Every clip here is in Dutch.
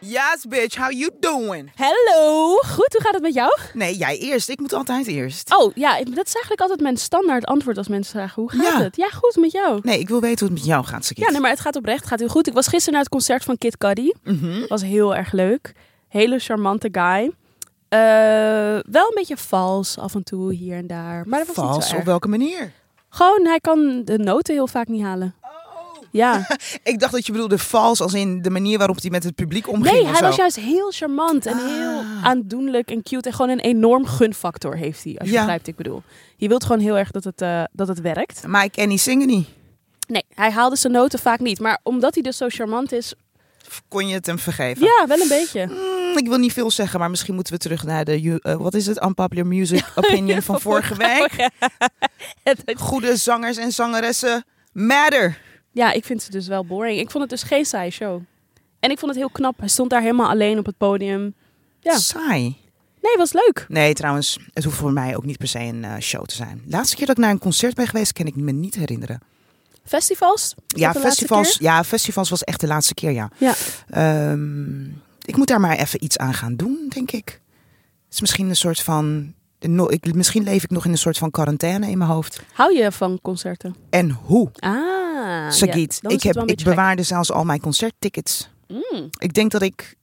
Yes, bitch, how you doing? Hallo, goed, hoe gaat het met jou? Nee, jij eerst. Ik moet altijd eerst. Oh ja, ik- dat is eigenlijk altijd mijn standaard antwoord als mensen vragen hoe gaat Ja. het? Ja, goed met jou. Nee, ik wil weten hoe het met jou gaat, Sakit. Ja, nee, maar het gaat oprecht, gaat heel goed. Ik was gisteren naar het concert van Kid Cudi, Mhm. was heel erg leuk. Hele charmante guy. Eh, wel een beetje vals af en toe hier en daar, maar dat was niet Vals, zo op erg. welke manier? Gewoon, hij kan de noten heel vaak niet halen. Oh. Ja, Ik dacht dat je bedoelde vals als in de manier waarop hij met het publiek omging nee, of hij zo. Ah. was juist heel charmant en heel aandoenlijk en cute. En gewoon een enorm gunfactor heeft hij, als je Ja. begrijpt wat ik bedoel. Je wilt gewoon heel erg dat het, eh, dat het werkt. Maar ik ken die zingen niet. Nee, hij haalde zijn noten vaak niet. Maar omdat hij dus zo charmant is... Kon je het hem vergeven? Ja, wel een beetje. Mm, ik wil niet veel zeggen, maar misschien moeten we terug naar de... ju- eh, wat is het? Unpopular Music Opinion van vorige week. Goede zangers en zangeressen matter. Ja, ik vind ze dus wel boring. Ik vond het dus geen saaie show. En ik vond het heel knap. Hij stond daar helemaal alleen op het podium. Ja. Saai. Nee, was leuk. Nee, trouwens, het hoeft voor mij ook niet per se een eh, show te zijn. Laatste keer dat ik naar een concert ben geweest, kan ik me niet herinneren. Festivals? Is Ja dat de laatste festivals, keer? ja, festivals was echt de laatste keer, ja. Ja. Ehm, ik moet daar maar even iets aan gaan doen, denk ik. Het is misschien een soort van... no- ik, misschien leef ik nog in een soort van quarantaine in mijn hoofd. Hou je van concerten? En hoe, Ah. Sagit? ja, dan is ik het wel heb, een ik beetje gek. bewaarde zelfs al mijn concerttickets. Mm. Ik denk dat ik...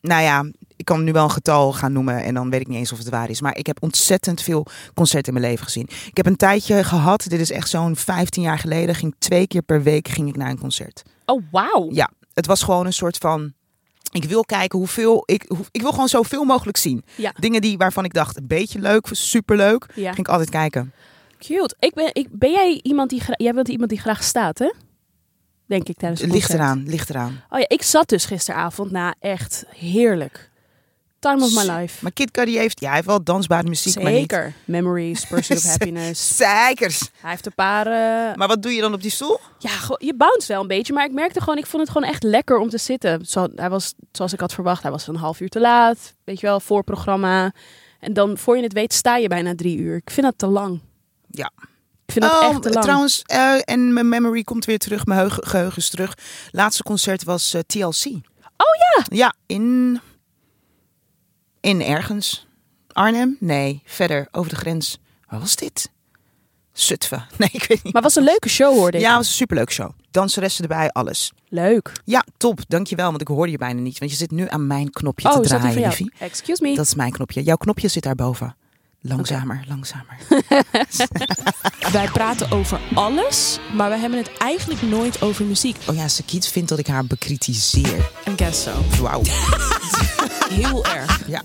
Nou ja, ik kan nu wel een getal gaan noemen en dan weet ik niet eens of het waar is. Maar ik heb ontzettend veel concerten in mijn leven gezien. Ik heb een tijdje gehad, dit is echt zo'n 15 jaar geleden, ging twee keer per week ging ik naar een concert. Oh, wauw. Ja, het was gewoon een soort van. Ik wil kijken hoeveel. Ik, hoe- ik wil gewoon zoveel mogelijk zien. Ja. Dingen die, waarvan ik dacht, een beetje leuk, superleuk. Ja. Ging ik altijd kijken. Cute. Ik ben, ik, ben jij iemand die... gra- Jij bent iemand die graag staat, hè? Denk ik tijdens het Ligt concert. eraan, ligt eraan. Oh ja, ik zat dus gisteravond na echt heerlijk. Time of my life. Maar Kid Cudi heeft, ja, hij heeft wel dansbare muziek, maar niet Zeker. Memories, Pursuit of Happiness. zeikers. Hij heeft een paar... eh, Maar wat doe je dan op die stoel? Ja, gewoon- je bounce wel een beetje. Maar ik merkte gewoon, ik vond het gewoon echt lekker om te zitten. Zo, hij was, zoals ik had verwacht, hij was een half uur te laat. Weet je wel, voorprogramma. En dan, voor je het weet, sta je bijna drie uur. Ik vind dat te lang. Ja. Ik vind dat Oh, echt te lang. Trouwens, eh, en mijn memory komt weer terug, mijn heugen- geheugen is terug. Laatste concert was eh, TLC. Oh ja! Ja, in. In ergens. Arnhem? Nee, verder, over de grens. Waar was dit? Zutphen. Nee, ik weet niet. Maar het was een leuke show, hoorde ik. Ja, het was een superleuk show. Danseressen erbij, alles. Leuk. Ja, top. Dankjewel, want ik hoorde je bijna niet. Want je zit nu aan mijn knopje Oh, te is dat die draaien, van jou? liefie. Excuse me. Dat is mijn knopje. Jouw knopje zit daarboven. Langzamer, langzamer. Wij praten over alles, maar we hebben het eigenlijk nooit over muziek. Oh ja, Sakiet vindt dat ik haar bekritiseer. En guess so. Wauw. Heel erg. Ja.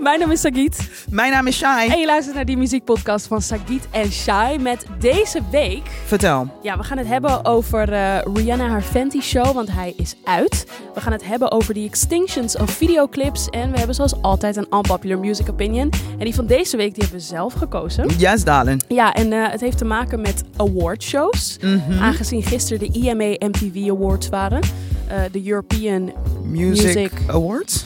Mijn naam is Sagit. Mijn naam is Shai. En je luistert naar die muziekpodcast van Sagit en Shai met deze week. Vertel. Ja, we gaan het hebben over eh, Rihanna haar Fenty show, want hij is uit. We gaan het hebben over de extinctions of videoclips en we hebben zoals altijd een unpopular music opinion. En die van deze week die hebben we zelf gekozen. Yes, darling. Ja, en eh, het heeft te maken met awardshows. Mm-hmm. Mhm. Aangezien gisteren de IMA MTV Awards waren, eh, de European Music, Music. Awards.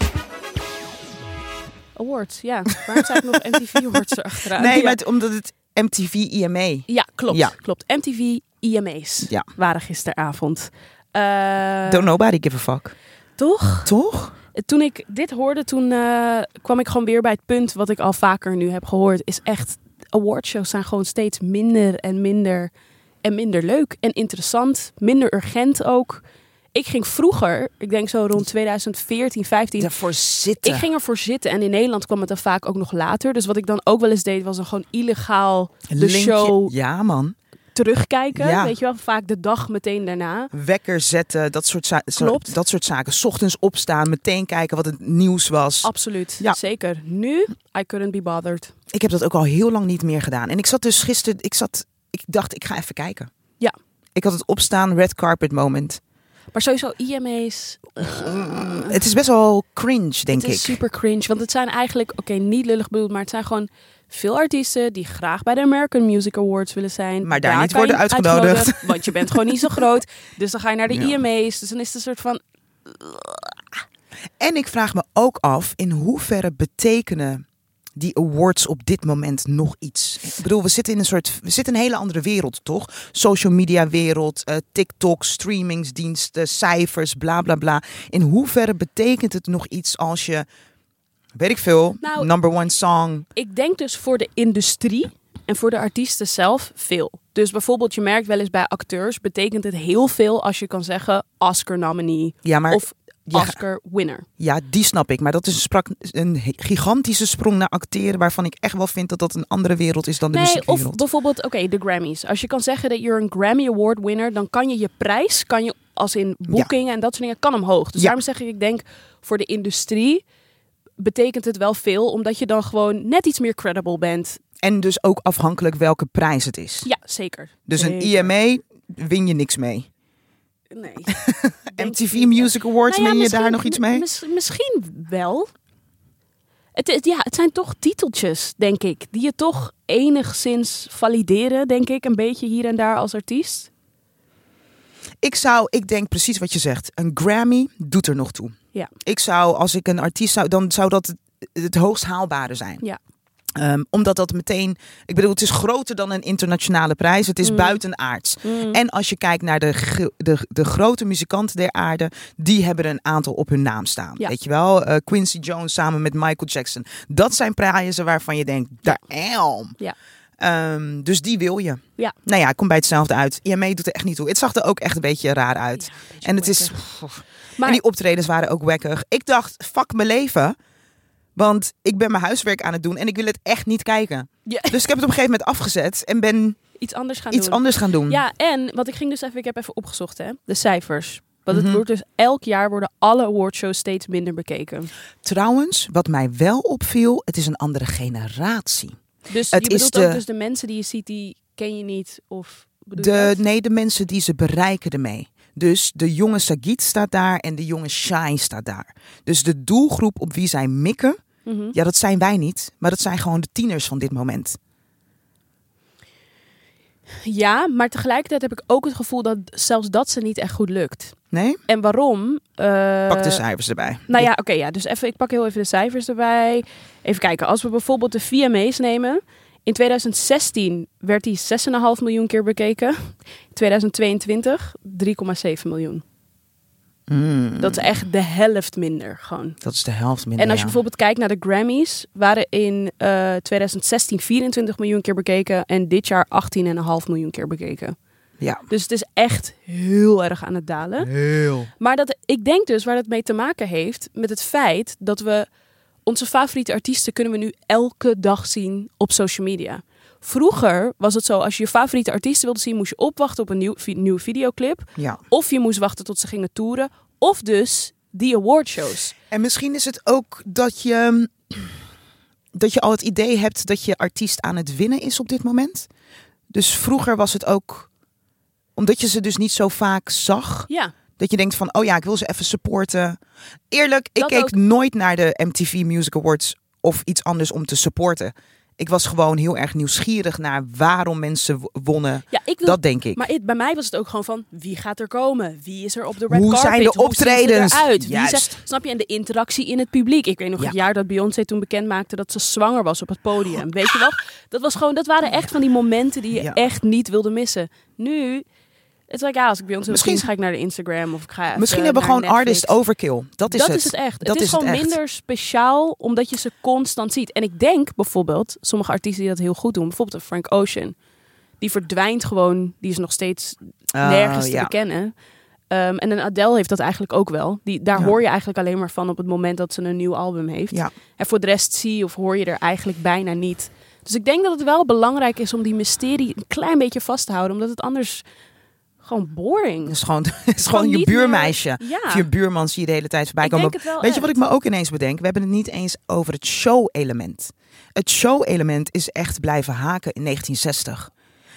Awards. Ja, waarom zei ik nog MTV Awards erachteraan? Nee, Ja. maar het- omdat het MTV IMA. Ja, klopt. Ja. klopt. MTV IMA's Ja. waren gisteravond. Eh, Don't nobody give a fuck. toch? Toch? Toen ik dit hoorde, toen eh, kwam ik gewoon weer bij het punt wat ik al vaker nu heb gehoord. Is echt, awardshows zijn gewoon steeds minder en minder en minder leuk en interessant. Minder urgent ook. Ik ging vroeger, ik denk zo rond 2014, 15, Daarvoor zitten. ik ging ervoor zitten en in Nederland kwam het dan vaak ook nog later. Dus wat ik dan ook wel eens deed, was dan gewoon illegaal de Linkje- show Ja, man. terugkijken. Ja. Weet je wel, vaak de dag meteen daarna. Wekker zetten, dat soort, za- zo- Klopt. dat soort zaken. 's Ochtends opstaan, meteen kijken wat het nieuws was. Absoluut, Ja. zeker. Nu, I couldn't be bothered. Ik heb dat ook al heel lang niet meer gedaan. En ik zat dus gisteren, ik, zat, ik dacht, ik ga even kijken. Ja. Ik had het opstaan, red carpet moment. Maar sowieso IMA's, Het is best wel cringe, denk het eh, is ik. super cringe. Want het zijn eigenlijk, oké, niet lullig bedoeld, maar het zijn gewoon veel artiesten die graag bij de American Music Awards willen zijn. Maar daar niet kan je worden uitgenodigd. uitgenodigd, Want je bent gewoon niet zo groot. Dus dan ga je naar de Ja. IMA's. Dus dan is het een soort van, En ik vraag me ook af in hoeverre betekenen die awards op dit moment nog iets? Ik bedoel, we zitten in een soort, we zitten in een hele andere wereld, toch? Social media wereld, eh, TikTok, streamingsdiensten, cijfers, bla bla bla. In hoeverre betekent het nog iets als je, weet ik veel, Nou, number one song, Ik denk dus voor de industrie en voor de artiesten zelf veel. Dus bijvoorbeeld, je merkt wel eens bij acteurs, betekent het heel veel als je kan zeggen Oscar nominee ja maar. of ja, Oscar winner. Ja, die snap ik. Maar dat is een, sprak, een he- gigantische sprong naar acteren. waarvan ik echt wel vind dat dat een andere wereld is dan de Nee, of muziekwereld. bijvoorbeeld, oké, de Grammys. Als je kan zeggen dat je een Grammy Award winner, dan kan je je prijs, kan je als in boekingen en dat soort dingen, kan omhoog. Dus Ja. daarom zeg ik, ik denk voor de industrie betekent het wel veel, omdat je dan gewoon net iets meer credible bent. En dus ook afhankelijk welke prijs het is. Ja, zeker. dus een Zeker. IMA win je niks mee. Nee. MTV Music Awards Nou ja, win je misschien- daar nog iets mee? mis- misschien wel. Het, is- ja, het zijn toch titeltjes, denk ik, die je toch enigszins valideren, denk ik, een beetje hier en daar als artiest. Ik zou, ik denk precies wat je zegt. Een Grammy doet er nog toe. Ja. Ik zou, als ik een artiest zou, dan zou dat het, het hoogst haalbare zijn. Ja. Ehm, omdat dat meteen, ik bedoel, het is groter dan een internationale prijs. Het is Mm. buitenaards. En als je kijkt naar de, gro- de, de grote muzikanten der aarde, die hebben er een aantal op hun naam staan. Ja. Weet je wel? Eh, Quincy Jones samen met Michael Jackson. Dat zijn prijzen waarvan je denkt, daar elm. Ja. Ehm, dus die wil je. Ja. Nou ja, komt bij hetzelfde uit. IME doet er echt niet toe. Het zag er ook echt een beetje raar uit. Ja, een beetje en het is. wekker. En Maar die optredens waren ook wekkig. Ik dacht, fuck mijn leven. Want ik ben mijn huiswerk aan het doen en ik wil het echt niet kijken. Ja. Dus ik heb het op een gegeven moment afgezet en ben iets anders gaan iets doen. anders gaan doen. Ja, en wat ik ging dus even, ik heb even opgezocht, hè, de cijfers. Want Mhm. het wordt dus elk jaar worden alle awardshows steeds minder bekeken. Trouwens, wat mij wel opviel, het is een andere generatie. Dus Het je is bedoelt de- ook dus de mensen die je ziet, die ken je niet of bedoel je De, dat? nee, de mensen die ze bereiken ermee. Dus de jonge Sagit staat daar en de jonge Shai staat daar. Dus de doelgroep op wie zij mikken, Mhm. ja, dat zijn wij niet. Maar dat zijn gewoon de tieners van dit moment. Ja, maar tegelijkertijd heb ik ook het gevoel dat zelfs dat ze niet echt goed lukt. Nee? En waarom? Eh, Pak de cijfers erbij. Nou ja, oké, ja. Dus even, ik pak heel even de cijfers erbij. Even kijken. Als we bijvoorbeeld de VMA's nemen. In 2016 werd die 6,5 miljoen keer bekeken. 2022 3,7 miljoen. Mm, Dat is echt de helft minder gewoon. dat is de helft minder. En als je ja. bijvoorbeeld kijkt naar de Grammys, waren in eh 2016 24 miljoen keer bekeken en dit jaar 18,5 miljoen keer bekeken. Ja. Dus het is echt heel erg aan het dalen. Heel. Maar dat, ik denk dus waar dat mee te maken heeft met het feit dat we onze favoriete artiesten kunnen we nu elke dag zien op social media. Vroeger was het zo, als je je favoriete artiesten wilde zien, moest je opwachten op een nieuw, vi- nieuwe videoclip. Ja. Of je moest wachten tot ze gingen toeren. Of dus die awardshows. En misschien is het ook dat je, dat je al het idee hebt dat je artiest aan het winnen is op dit moment. Dus vroeger was het ook, omdat je ze dus niet zo vaak zag, Ja, dat je denkt van, oh ja, ik wil ze even supporten. Eerlijk, ik Dat keek ook. nooit naar de MTV Music Awards of iets anders om te supporten. Ik was gewoon heel erg nieuwsgierig naar waarom mensen w- wonnen. ja ik wil Dat denk ik. Maar het- bij mij was het ook gewoon van wie gaat er komen? Wie is er op de red Hoe carpet? zijn de Hoe optredens? zien ze eruit? Wie Juist. zijn, snap je? En de interactie in het publiek. Ik weet nog Ja. het jaar dat Beyoncé toen bekend maakte dat ze zwanger was op het podium. Weet je wat? Dat was gewoon, dat waren echt van die momenten die je Ja. echt niet wilde missen. Nu, het is like, ja, als ik Beyoncé wil Misschien- zien, ga ik naar de Instagram of ik ga even Misschien hebben we naar gewoon Netflix. artist overkill. Dat is dat het. is het echt. Dat het is, is het gewoon echt. minder speciaal omdat je ze constant ziet. En ik denk bijvoorbeeld, sommige artiesten die dat heel goed doen, bijvoorbeeld een Frank Ocean, die verdwijnt gewoon, die is nog steeds Oh, nergens te ja. bekennen. Ehm, en een Adele heeft dat eigenlijk ook wel. Die, daar Ja. hoor je eigenlijk alleen maar van op het moment dat ze een nieuw album heeft. Ja. En voor de rest zie of hoor je er eigenlijk bijna niet. Dus ik denk dat het wel belangrijk is om die mysterie een klein beetje vast te houden. Omdat het anders gewoon boring Het is gewoon, het is gewoon je niet meer- buurmeisje. Ja. Of je buurman zie je de hele tijd voorbij Ik komen. denk het wel Weet je wat ik echt. me ook ineens bedenk? We hebben het niet eens over het show-element. Het show-element is echt blijven haken in 1960.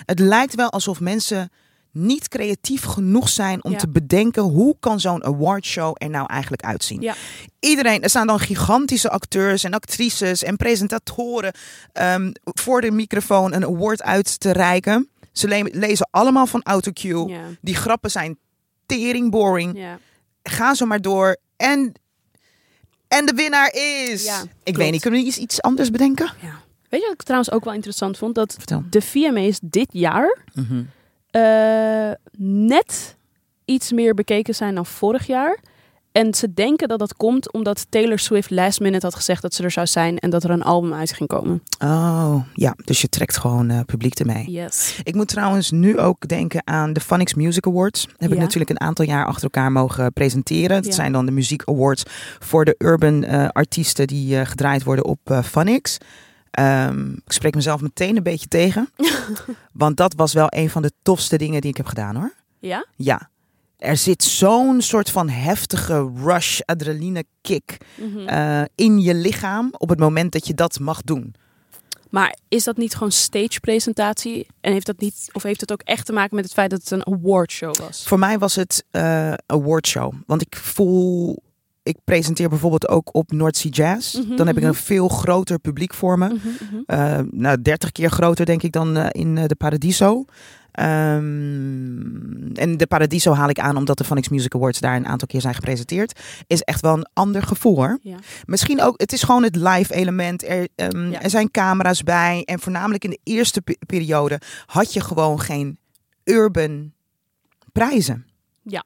Het lijkt wel alsof mensen niet creatief genoeg zijn om Ja. te bedenken hoe kan zo'n awardshow er nou eigenlijk uitzien. Ja. Iedereen, er staan dan gigantische acteurs en actrices en presentatoren ehm, voor de microfoon een award uit te reiken. Ze le- lezen allemaal van autocue. Ja. Die grappen zijn tering boring. Ja. Ga zo maar door. En En de winnaar is... Ja, ik klopt. weet niet, kunnen we iets, iets anders bedenken? Ja. Weet je wat ik trouwens ook wel interessant vond? Dat Vertel. de VMA's dit jaar eh, net iets meer bekeken zijn dan vorig jaar. En ze denken dat dat komt omdat Taylor Swift last minute had gezegd dat ze er zou zijn en dat er een album uit ging komen. Oh, ja. Dus je trekt gewoon eh, publiek ermee. Yes. Ik moet trouwens nu ook denken aan de Phonics Music Awards. Heb ik Ja. natuurlijk een aantal jaar achter elkaar mogen presenteren. Dat Ja. zijn dan de muziek awards voor de urban eh, artiesten die eh, gedraaid worden op eh Phonics. Ehm, ik spreek mezelf meteen een beetje tegen. want dat was wel een van de tofste dingen die ik heb gedaan hoor. Ja? Ja. Er zit zo'n soort van heftige rush, adrenaline kick Mhm. eh, in je lichaam op het moment dat je dat mag doen. Maar is dat niet gewoon stagepresentatie? En heeft dat niet, of heeft het ook echt te maken met het feit dat het een awardshow was? Voor mij was het eh awardshow. Want ik voel. Ik presenteer bijvoorbeeld ook op North Sea Jazz. Mhm, dan heb ik mhm. een veel groter publiek voor me. Mhm, mhm. Eh, nou, 30 keer groter denk ik dan eh, in eh, de Paradiso. Ehm, en de Paradiso haal ik aan omdat de Vanix Music Awards daar een aantal keer zijn gepresenteerd. Is echt wel een ander gevoel hoor. Ja. Misschien ook, het is gewoon het live element. Er, ehm, Ja. er zijn camera's bij. En voornamelijk in de eerste pe- periode had je gewoon geen urban prijzen. Ja.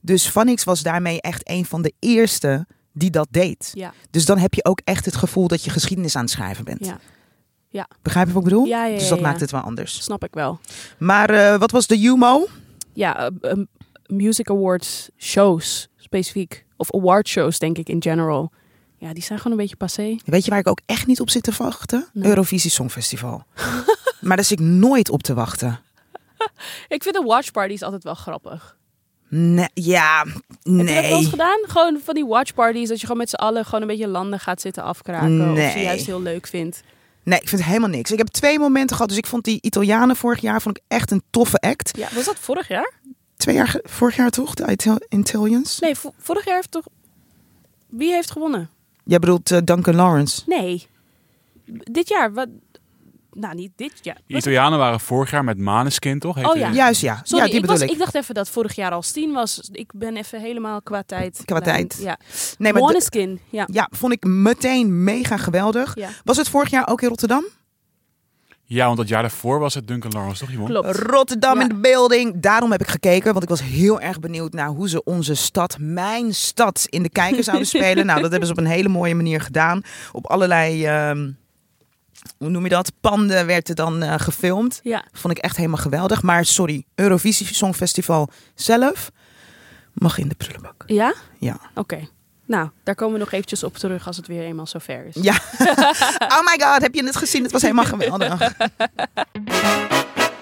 Dus Vanix was daarmee echt een van de eerste die dat deed. Ja. Dus dan heb je ook echt het gevoel dat je geschiedenis aan het schrijven bent. Ja. Ja. Begrijp je wat ik bedoel? Ja, ja, dus ja, dat ja. maakt het wel anders. Snap ik wel. Maar eh, wat was de Jumo? ja, eh, eh, music awards shows specifiek. Of award shows, denk ik, in general. Ja, die zijn gewoon een beetje passé. Weet je waar ik ook echt niet op zit te wachten? Nee. Eurovisie Songfestival. maar daar zit ik nooit op te wachten. Ik vind de watchparties altijd wel grappig. Nee, ja, Heb je dat wel eens nee. gedaan? Gewoon van die watchparties, dat je gewoon met z'n allen gewoon een beetje landen gaat zitten afkraken. Of je Nee. juist heel leuk vindt. Nee, ik vind helemaal niks. Ik heb twee momenten gehad. Dus ik vond die Italianen vorig jaar vond ik echt een toffe act. Ja, was dat vorig jaar? Twee jaar, ge- vorig jaar toch? De Ital- Italians? Nee, vo- vorig jaar heeft toch... Wie heeft gewonnen? Jij bedoelt eh, Duncan Lawrence. Nee. B- Dit jaar, wat... Nou, niet dit jaar. De Italianen waren vorig jaar met Maneskin, toch? Heette Oh ja. Juist ja. Sorry, ja, die ik, bedoel was, ik. ik dacht even dat vorig jaar al tien was. Ik ben even helemaal qua tijd. Qua tijd. Ja. Nee, maar de- Måneskin, ja. ja, vond ik meteen mega geweldig. ja. Was het vorig jaar ook in Rotterdam? Ja, want dat jaar daarvoor was het Duncan Lawrence, toch, Yvonne? Klopt. Rotterdam Ja. in de building. Daarom heb ik gekeken, want ik was heel erg benieuwd naar hoe ze onze stad, mijn stad, in de kijker zouden spelen. Nou, dat hebben ze op een hele mooie manier gedaan. Op allerlei, ehm, hoe noem je dat? Panden werd er dan eh, gefilmd. Ja. Vond ik echt helemaal geweldig. Maar sorry, Eurovisie Songfestival zelf mag in de prullenbak. Ja? Ja. Oké. Nou, daar komen we nog eventjes op terug als het weer eenmaal zover is. Ja. oh my god, heb je het gezien? Het was helemaal geweldig.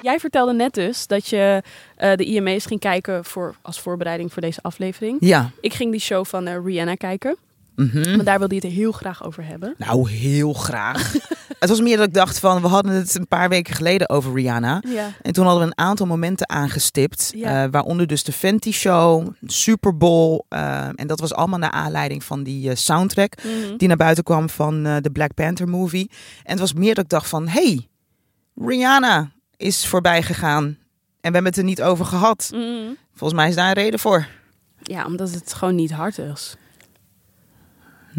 Jij vertelde net dus dat je eh, de IMA's ging kijken voor, als voorbereiding voor deze aflevering. Ja. Ik ging die show van eh, Rihanna kijken, Mhm. want daar wilde je het er heel graag over hebben. Nou, heel graag. het was meer dat ik dacht van, we hadden het een paar weken geleden over Rihanna. Ja. En toen hadden we een aantal momenten aangestipt. Ja. eh, waaronder dus de Fenty Show, Super Bowl. eh, en dat was allemaal naar aanleiding van die eh, soundtrack Mhm. die naar buiten kwam van eh, de Black Panther movie. En het was meer dat ik dacht van, hey, Rihanna is voorbij gegaan. En we hebben het er niet over gehad. Mhm. Volgens mij is daar een reden voor. Ja, omdat het gewoon niet hard is.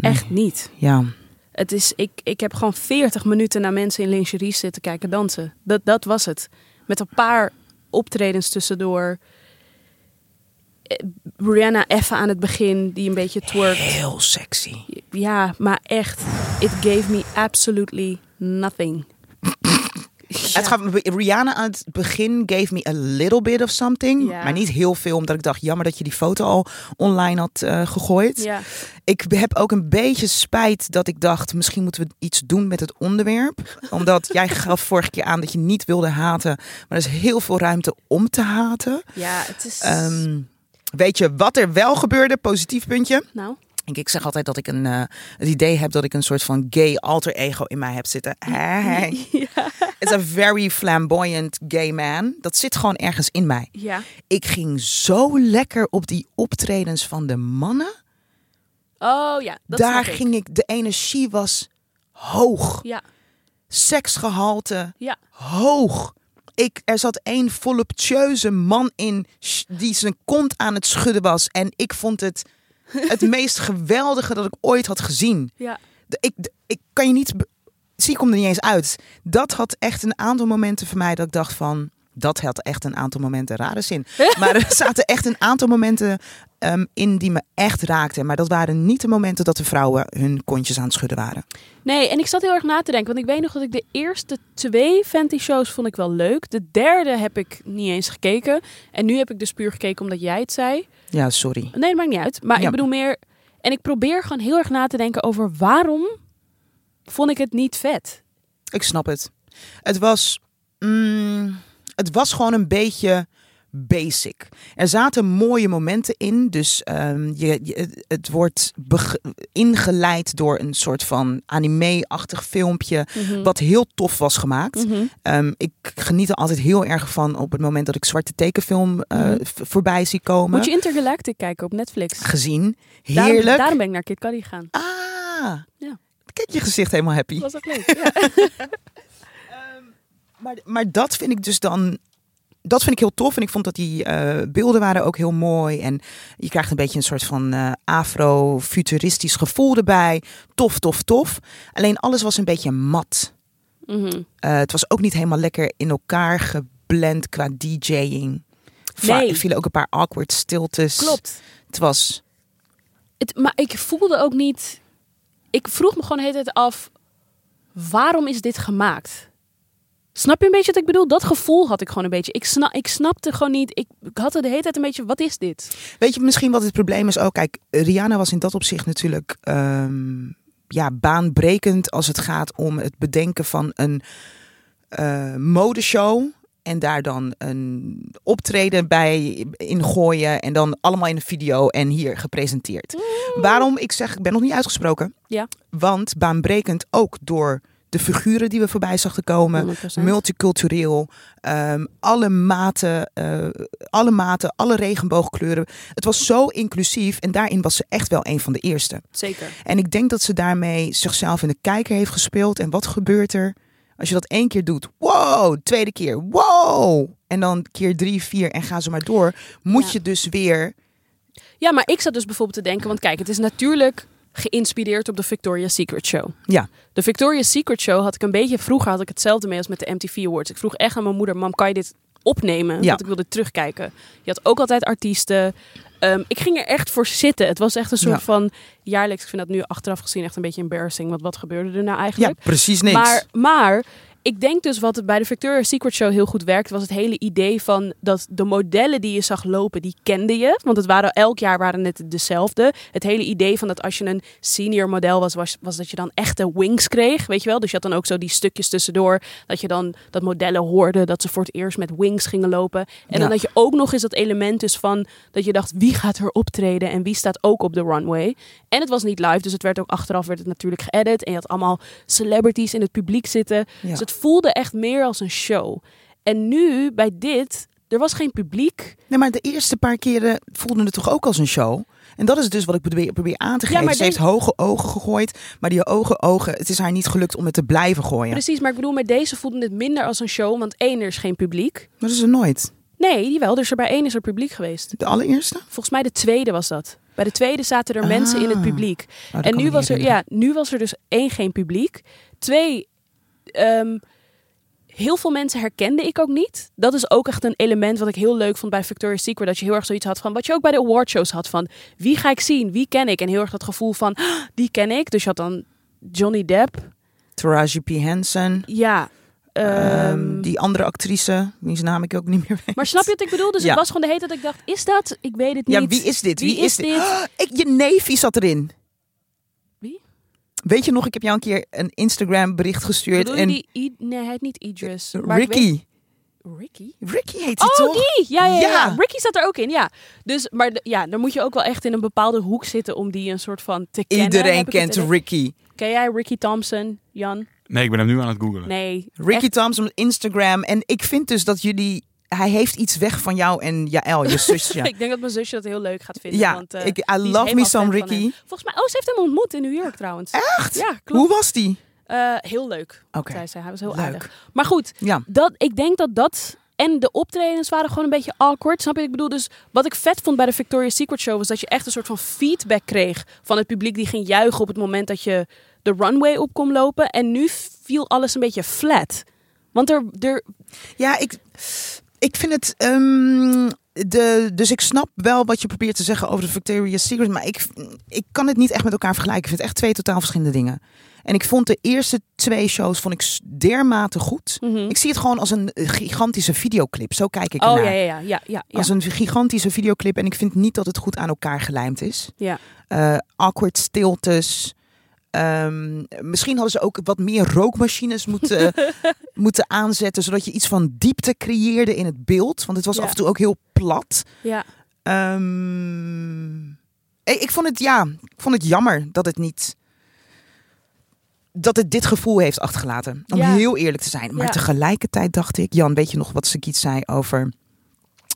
Echt niet. Ja, Het is, ik, ik heb gewoon 40 minuten naar mensen in lingerie zitten kijken dansen. Dat, dat was het. Met een paar optredens tussendoor. Eh, Rihanna even aan het begin, die een beetje twerkt. heel sexy. Ja, maar echt. It gave me absolutely nothing. Het gaf, Rihanna aan het begin gave me a little bit of something. Ja. Maar niet heel veel, omdat ik dacht, jammer dat je die foto al online had eh, gegooid. Ja, Ik heb ook een beetje spijt dat ik dacht, misschien moeten we iets doen met het onderwerp. Omdat jij gaf vorige keer aan dat je niet wilde haten. Maar er is heel veel ruimte om te haten. ja het is... Ehm, weet je wat er wel gebeurde? Positief puntje. nou, Ik, ik zeg altijd dat ik een, eh, het idee heb dat ik een soort van gay alter ego in mij heb zitten. Hey. It's a very flamboyant gay man. Dat zit gewoon ergens in mij. ja. Ik ging zo lekker op die optredens van de mannen. Oh ja, dat Daar snap ik. ging ik, de energie was hoog. Ja, Seksgehalte ja. hoog. Ik, er zat één voluptueuze man in sh- die zijn kont aan het schudden was. En ik vond het het meest geweldige dat ik ooit had gezien. Ja. De- Ik, de- ik kan je niet. be- Zie, ik kom er niet eens uit. Dat had echt een aantal momenten voor mij dat ik dacht van. Dat had echt een aantal momenten, rare zin. Maar er zaten echt een aantal momenten ehm, in die me echt raakten. Maar dat waren niet de momenten dat de vrouwen hun kontjes aan het schudden waren. Nee, en ik zat heel erg na te denken. Want ik weet nog dat ik de eerste twee Fenty shows vond ik wel leuk. De derde heb ik niet eens gekeken. En nu heb ik dus puur gekeken omdat jij het zei. Ja, sorry. Nee, dat maakt niet uit. Maar Ja. ik bedoel meer... En ik probeer gewoon heel erg na te denken over waarom vond ik het niet vet. Ik snap het. Het was, mm, het was gewoon een beetje basic. Er zaten mooie momenten in, dus ehm, je, je- het wordt beg- ingeleid door een soort van anime-achtig filmpje, wat heel tof was gemaakt. Mhm. Ehm, ik geniet er altijd heel erg van op het moment dat ik zwarte tekenfilm eh, Mhm. v- voorbij zie komen. Moet je Intergalactic kijken op Netflix. Gezien. Daarom- Ah, Heerlijk. Daarom, ben ik naar Kid Cudi gegaan. Ah. Ja. Kijk, je gezicht helemaal happy. Was dat leuk? Ja. Maar, maar dat vind ik dus dan. Dat vind ik heel tof. En ik vond dat die eh, beelden waren ook heel mooi. En je krijgt een beetje een soort van eh, afro-futuristisch gevoel erbij. Tof, tof, tof. Alleen alles was een beetje mat. Mhm. Eh, het was ook niet helemaal lekker in elkaar geblend qua DJing. Va- Nee. Er vielen ook een paar awkward stiltes. Klopt. Het was. Het, maar ik voelde ook niet... Ik vroeg me gewoon de hele tijd af... Waarom is dit gemaakt? Snap je een beetje wat ik bedoel? Dat gevoel had ik gewoon een beetje. Ik, sna ik snapte gewoon niet... Ik, ik had er de hele tijd een beetje... Wat is dit? Weet je misschien wat het probleem is ook? Kijk, Rihanna was in dat opzicht natuurlijk ehm, ja, baanbrekend als het gaat om het bedenken van een eh, modeshow. En daar dan een optreden bij in gooien. En dan allemaal in een video en hier gepresenteerd. Waarom ik zeg, ik ben nog niet uitgesproken. Ja. Want baanbrekend ook door de figuren die we voorbij zagen komen. 100%. Multicultureel, ehm, alle maten, eh, alle maten, alle regenboogkleuren. Het was zo inclusief en daarin was ze echt wel een van de eerste. Zeker. En ik denk dat ze daarmee zichzelf in de kijker heeft gespeeld. En wat gebeurt er als je dat één keer doet? Wow, tweede keer, wow. En dan keer drie, vier en ga zo maar door. Moet Ja. je dus weer Ja, maar ik zat dus bijvoorbeeld te denken, want kijk, het is natuurlijk geïnspireerd op de Victoria's Secret Show. Ja. De Victoria's Secret Show had ik een beetje vroeger had ik hetzelfde mee als met de MTV Awards. Ik vroeg echt aan mijn moeder, mam, kan je dit opnemen? Ja. Want ik wilde terugkijken. Je had ook altijd artiesten. Ehm, ik ging er echt voor zitten. Het was echt een soort Ja. van jaarlijks. Ik vind dat nu achteraf gezien echt een beetje embarrassing. Want wat gebeurde er nou ja, eigenlijk? precies niks. Maar, maar ik denk dus wat het bij de Victoria's Secret Show heel goed werkt, was het hele idee van dat de modellen die je zag lopen, die kende je. Want het waren, elk jaar waren het dezelfde. Het hele idee van dat als je een senior model was, was, was dat je dan echte wings kreeg, weet je wel. Dus je had dan ook zo die stukjes tussendoor, dat je dan dat modellen hoorde, dat ze voor het eerst met wings gingen lopen. En Ja. dan dat je ook nog eens dat element dus van dat je dacht, wie gaat er optreden en wie staat ook op de runway. En het was niet live, dus het werd ook achteraf werd het natuurlijk geëdit. En je had allemaal celebrities in het publiek zitten. Ja. Dus het voelde echt meer als een show. En nu, bij dit, er was geen publiek. Nee, maar de eerste paar keren voelden het toch ook als een show? En dat is dus wat ik probeer, probeer aan te Ja, geven. maar Ze heeft deze- hoge ogen gegooid, maar die hoge ogen, het is haar niet gelukt om het te blijven gooien. Precies, maar ik bedoel, met deze voelde het minder als een show. Want één, er is geen publiek. Maar dat is er nooit. Nee, jawel, er is er bij één is er publiek geweest. De allereerste? Oh, Volgens mij de tweede was dat. Bij de tweede zaten er mensen in het Ah. publiek. dat en kan nu ik me niet was, er, herinneren. ja, nu was er dus één, geen publiek. Twee, ehm, heel veel mensen herkende ik ook niet. Dat is ook echt een element wat ik heel leuk vond bij Victoria's Secret. Dat je heel erg zoiets had van, wat je ook bij de awardshows had van... Wie ga ik zien? Wie ken ik? En heel erg dat gevoel van, "Ah, die ken ik. Dus je had dan Johnny Depp. Taraji P. Henson. Ja. ehm, ehm, die andere actrice, wiens naam ik ook niet meer weet. Maar snap je wat ik bedoel? Dus Ja. het was gewoon de hele tijd dat ik dacht, is dat? Ik weet het niet. Ja, wie is dit? Wie is dit? Oh, ik, je neefie zat erin. Wie? Weet je nog, ik heb jou een keer een Instagram bericht gestuurd. Bedoel je En Eh, die... I- nee, hij heet niet Idris. maar ik weet- Ricky. Ricky? Ricky heet hij Oh, toch? die! Ja, ja, ja. Ja. Ricky zat er ook in, ja. Dus, maar d- ja, dan moet je ook wel echt in een bepaalde hoek zitten om die een soort van te kennen. Iedereen nou, heb ik het kent idee. Ricky. Ken jij Ricky Thompson, Jan? Nee, ik ben hem nu aan het googelen. Nee. Ricky echt. Thompson, Instagram. En ik vind dus dat jullie... Hij heeft iets weg van jou en Jaël, je zusje. Ik denk dat mijn zusje dat heel leuk gaat vinden. ja, want, eh, ik, die I is love me helemaal some fan van Ricky. hem. Volgens mij, oh, ze heeft hem ontmoet in New York trouwens. Echt? Ja, klopt. Hoe was die? Eh, heel leuk, Oké. zei ze. Hij was heel Leuk. aardig. Maar goed, Ja. dat, ik denk dat dat En de optredens waren gewoon een beetje awkward. Snap je? Ik bedoel, dus wat ik vet vond bij de Victoria's Secret Show was dat je echt een soort van feedback kreeg van het publiek die ging juichen op het moment dat je de runway op kon lopen. En nu viel alles een beetje flat. Want er, er Ja, ik, ik vind het. ehm, de, dus ik snap wel wat je probeert te zeggen over de Victoria's Secret. Maar ik, ik kan het niet echt met elkaar vergelijken. Ik vind het echt twee totaal verschillende dingen. En ik vond de eerste twee shows vond ik s- dermate goed. Ik zie het gewoon als een eh, gigantische videoclip. Zo kijk Mhm. ik Oh ernaar. ja, ja, ja, ja, ja, ja. Als een gigantische videoclip. En ik vind niet dat het goed aan elkaar gelijmd is. Ja. Eh, awkward stiltes. Ehm, misschien hadden ze ook wat meer rookmachines moeten, moeten aanzetten. Zodat je iets van diepte creëerde in het beeld. Want het was Ja. af en toe ook heel plat. ja. Ehm, ik, ik vond het, ja, ik vond het jammer dat het niet... Dat het dit gevoel heeft achtergelaten. Om Ja. heel eerlijk te zijn. Maar Ja. tegelijkertijd dacht ik... Jan, weet je nog wat Sagiet zei over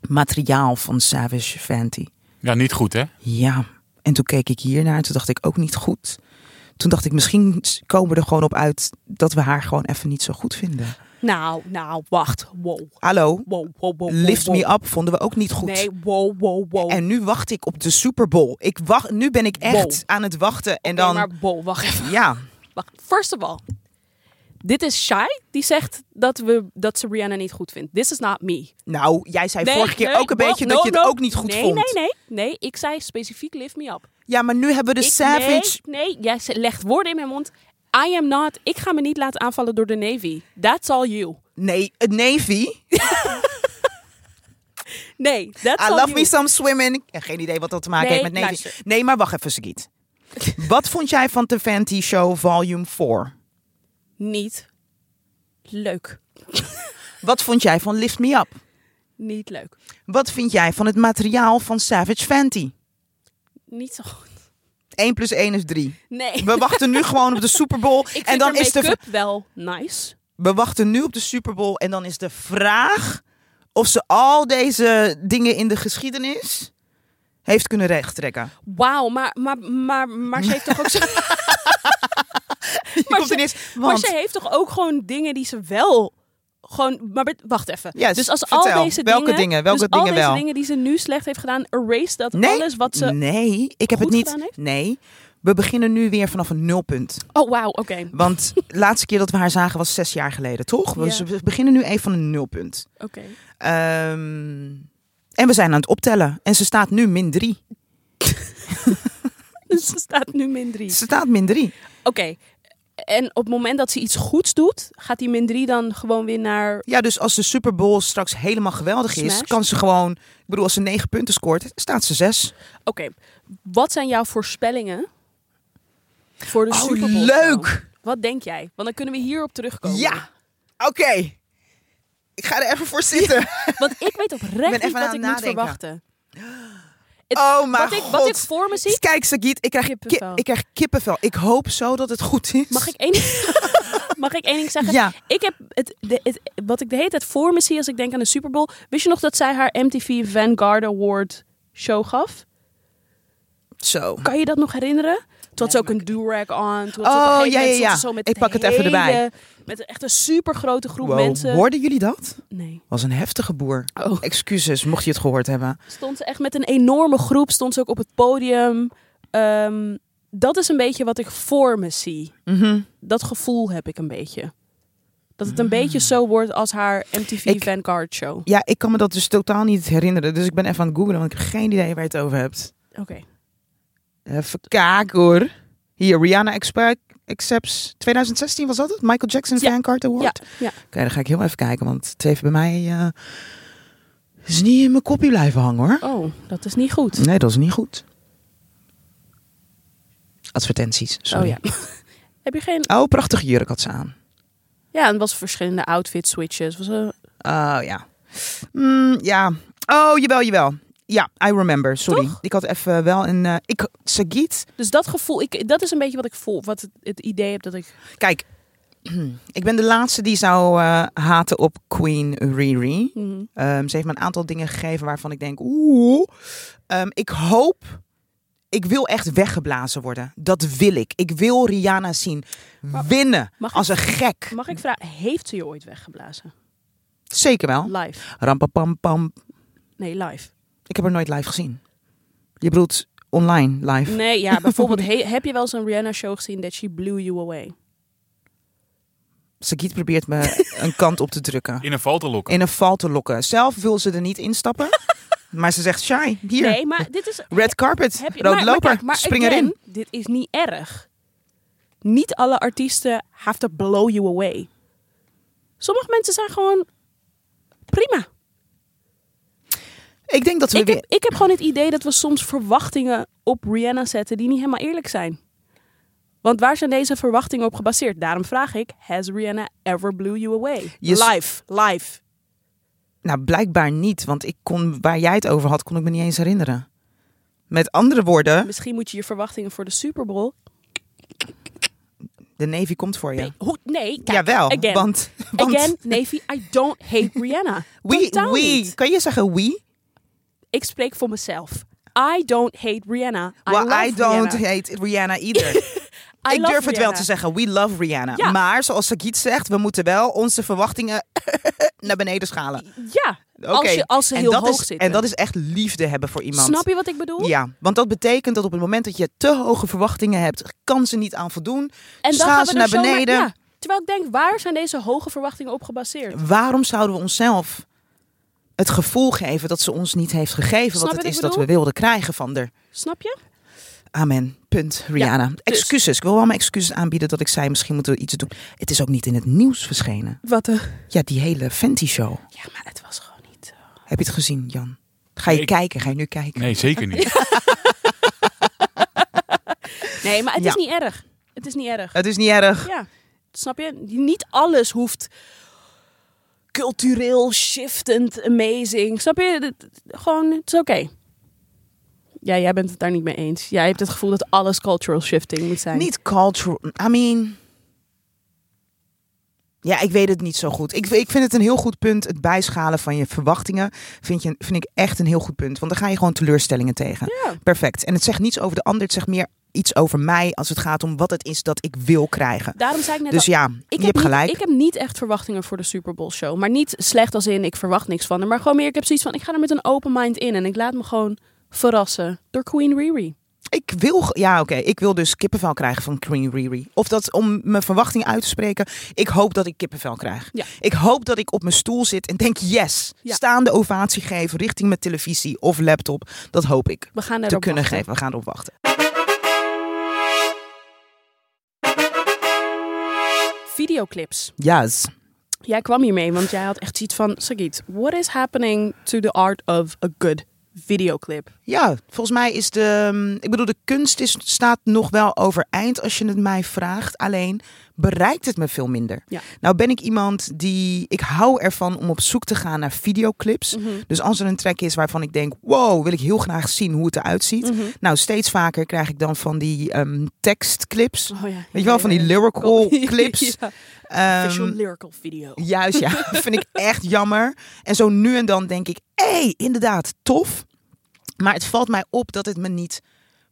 materiaal van Savage Fenty? Ja, niet goed, hè? Ja. En toen keek ik hiernaar. Toen dacht ik ook niet goed. Toen dacht ik, misschien s- komen we er gewoon op uit... dat we haar gewoon even niet zo goed vinden. Nou, nou, wacht. Wow, Hallo, wow, wow, wow. Lift wow, Me Up vonden we ook niet goed. Nee, wow, wow, wow. En nu wacht ik op de Super Bowl. Ik wacht, nu ben ik echt Wow. aan het wachten. En Nee, dan. maar wow, wacht even. Ja, Wacht. First of all, dit is Shai die zegt dat, we, dat ze Rihanna niet goed vindt. This is not me. nou, jij zei vorige keer nee, ook een wacht, beetje no, dat je het no. ook niet goed nee, vond. Nee, nee, nee. Ik zei specifiek Lift Me Up. Ja, maar nu hebben we de Ik- Savage. Nee, nee, jij ze- legt woorden in mijn mond. I am not. Ik ga me niet laten aanvallen door de Navy. That's all you. Nee, het Navy. Nee, that's I all love you. me some swimming. Ik heb geen idee wat dat te maken Nee, heeft met Navy. luister. Nee, maar wacht even, Sagiet. wat vond jij van de Fenty Show Volume 4? Niet leuk. Wat vond jij van Lift Me Up? Niet leuk. Wat vind jij van het materiaal van Savage Fenty? Niet zo goed. 1 plus 1 is 3. Nee. We wachten nu gewoon op de Super Bowl. Ik en vind dan haar is de make-up wel nice. we wachten nu op de Super Bowl en dan is de vraag of ze al deze dingen in de geschiedenis heeft kunnen rechttrekken. Wauw, maar, maar, maar, maar ze heeft toch ook zo... Je Maar komt ze- ineens, Maar want ze heeft toch ook gewoon dingen die ze wel gewoon. Maar bet- wacht even. Ja, dus als vertel. al deze Welke dingen, dingen? Welke dus al dingen deze wel? dingen die ze nu slecht heeft gedaan, erase dat Nee. alles wat ze. nee, ik heb het goed niet. gedaan heeft? Nee, we beginnen nu weer vanaf een nulpunt. Oh wauw, oké. Want de laatste keer dat we haar zagen was zes jaar geleden, toch? Ja. Dus we beginnen nu even van een nulpunt. Oké. Ehm, en we zijn aan het optellen. En ze staat nu min drie. Dus ze staat nu min 3. Oké. Ze staat min drie. En op het moment dat ze iets goeds doet, gaat die min 3 dan gewoon weer naar. Ja, dus als de Super Bowl straks helemaal geweldig is, Smashed. kan ze gewoon. Ik bedoel, als ze negen punten scoort, staat ze zes. Oké. Wat zijn jouw voorspellingen voor de Oh, Super Bowl? leuk! show? Wat denk jij? Want dan kunnen we hierop terugkomen. Ja, oké. Ik ga er even voor zitten. Want ik weet ben oprecht even niet aan wat het ik moet nadenken. verwachten. Oh, mijn wat, ik, wat ik God. Dus voor me zie, Kijk, Sagiet, ik krijg, ki- Kippenvel. ik krijg kippenvel. Ik hoop zo dat het goed is. Mag ik één, mag ik één ding zeggen? Ja. Ik heb het, de- het- wat ik de hele tijd voor me zie als ik denk aan de Super Bowl. Wist je nog dat zij haar MTV Vanguard Award show gaf? Zo. Kan je dat nog herinneren? Toen had ze ook een do-rag aan. Toen had ze op een Oh, gegeven ja, moment ja, ja. stond ze Zo met Ik pak het even hele- erbij. Met echt een super grote groep Wow, mensen. Hoorden jullie dat? Nee. Was een heftige boer. Oh. Excuses, mocht je het gehoord hebben. Stond ze echt met een enorme groep. Stond ze ook op het podium. Ehm, dat is een beetje wat ik voor me zie. Mhm. dat gevoel heb ik een beetje. Dat het een beetje zo wordt als haar MTV Mm. Ik- Vanguard show. Ja, ik kan me dat dus totaal niet herinneren. Dus ik ben even aan het googlen, want ik heb geen idee waar je het over hebt. Oké. Even kijken Eh, hoor. Hier, Rihanna Expe- Accepts 2016 was dat het? Michael Jackson Ja. Vanguard Award? Ja, ja. Oké, dan ga ik heel even kijken, want het heeft bij mij... eh, is niet in mijn kopje blijven hangen hoor. Oh, dat is niet goed. Nee, dat is niet goed. Advertenties, sorry. Oh ja. heb je geen... Oh, prachtige jurk had ze aan. Ja, en het was verschillende outfit switches. Was eh, Oh ja. Mm, ja. Oh, jawel, jawel. Ja, I remember. Sorry. Toch? Ik had even wel een... eh, ik, Sagiet, Dus dat gevoel, ik, dat is een beetje wat ik voel. Wat het, het idee heb dat ik... Kijk, ik ben de laatste die zou eh, haten op Queen Riri. Mhm. Ehm, ze heeft me een aantal dingen gegeven waarvan ik denk, oeh. Ehm, ik hoop, ik wil echt weggeblazen worden. Dat wil ik. Ik wil Rihanna zien Maar- winnen mag ik- als een gek. Mag ik vragen, heeft ze je ooit weggeblazen? Zeker wel. Live. Rampapampam. Nee, live. Ik heb haar nooit live gezien. Je bedoelt online live? Nee, ja, bijvoorbeeld he- heb je wel eens een Rihanna-show gezien that she blew you away? Sagiet probeert me een kant op te drukken. In een val te lokken. In een val te lokken. Zelf wil ze er niet instappen. maar ze zegt, shy, hier. Nee, maar dit is... Red carpet, Heb je, rood maar, maar loper, kijk, maar spring again, erin. Dit is niet erg. Niet alle artiesten have to blow you away. Sommige mensen zijn gewoon prima. Ik denk dat we Ik weer... heb, ik heb gewoon het idee dat we soms verwachtingen op Rihanna zetten die niet helemaal eerlijk zijn. Want waar zijn deze verwachtingen op gebaseerd? Daarom vraag ik, has Rihanna ever blew you away? Je s- Live, live. Nou, blijkbaar niet. Want ik kon, waar jij het over had, kon ik me niet eens herinneren. Met andere woorden, Misschien moet je je verwachtingen voor de Super Bowl. de Navy komt voor je. Nee, hoe- nee kijk, Jawel, again. want... want Again, Navy, I don't hate Rihanna. we, Totaal we. niet. Kan je zeggen we? Ik spreek voor mezelf. I don't hate Rihanna. I Well, love I don't Rihanna. hate Rihanna either. I ik love durf het wel Rihanna. te zeggen, we love Rihanna. Ja. Maar zoals Sagiet zegt, we moeten wel onze verwachtingen naar beneden schalen. Ja, Oké. als, je, als ze heel en dat hoog is, zitten. En dat is echt liefde hebben voor iemand. Snap je wat ik bedoel? Ja, want dat betekent dat op het moment dat je te hoge verwachtingen hebt, kan ze niet aan voldoen. En dan Schaal gaan ze we naar er zomaar- beneden. ja. Terwijl ik denk, waar zijn deze hoge verwachtingen op gebaseerd? Waarom zouden we onszelf het gevoel geven dat ze ons niet heeft gegeven wat Snap je het wat is ik dat we bedoel? wilden krijgen van haar? Snap je? Amen. Punt. Rihanna. dus- Excuses. Ik wil wel mijn excuses aanbieden dat ik zei misschien moeten we iets doen. Het is ook niet in het nieuws verschenen. Wat eh? Ja, die hele Fenty show. Ja, maar het was gewoon niet. eh, Heb je het gezien, Jan? Ga je Nee, ik- kijken? Ga je nu kijken? Nee, zeker niet. Nee, maar het Ja. is niet erg. Het is niet erg. Het is niet erg. Ja, snap je? Niet alles hoeft cultureel shiftend, amazing. Snap je? Dit- Gewoon, het is oké. Ja, jij bent het daar niet mee eens. Jij hebt het gevoel dat alles cultural shifting moet zijn. Niet cultural. I mean. Ja, ik weet het niet zo goed. Ik, ik vind het een heel goed punt. Het bijschalen van je verwachtingen vind, je, vind ik echt een heel goed punt. Want dan ga je gewoon teleurstellingen tegen. Ja. Perfect. En het zegt niets over de ander. Het zegt meer iets over mij als het gaat om wat het is dat ik wil krijgen. Daarom zei ik net Dus al, ja, ik je heb hebt niet- gelijk. Ik heb niet echt verwachtingen voor de Super Bowl show. Maar niet slecht als in ik verwacht niks van haar. Maar gewoon meer, ik heb zoiets van ik ga er met een open mind in. En ik laat me gewoon verrassen door Queen Riri. Ik wil, ge- ja oké, ik wil dus kippenvel krijgen van Queen Riri. Of dat om mijn verwachting uit te spreken, ik hoop dat ik kippenvel krijg. Ja. Ik hoop dat ik op mijn stoel zit en denk yes, Ja. staande ovatie geven richting mijn televisie of laptop. Dat hoop ik We gaan te erop kunnen wachten. geven. We gaan erop wachten. Videoclips. Yes. Jij kwam hiermee, want jij had echt iets van... Sagiet, what is happening to the art of a good videoclip? Ja, volgens mij is de, mm, ik bedoel de kunst is, staat nog wel overeind als je het mij vraagt. Alleen bereikt het me veel minder. Ja. Nou ben ik iemand die, ik hou ervan om op zoek te gaan naar Mhm. videoclips. Dus als er een track is waarvan ik denk, wow, wil ik heel graag zien hoe het eruit Mm. ziet. Nou, steeds vaker krijg ik dan van die ehm, tekstclips. Oh ja. Weet je wel, van die lyrical clips. Ja. Ehm, Visual lyrical video. juist, ja. vind ik echt jammer. En zo nu en dan denk ik, hé, hey, inderdaad, tof. Maar het valt mij op dat het me niet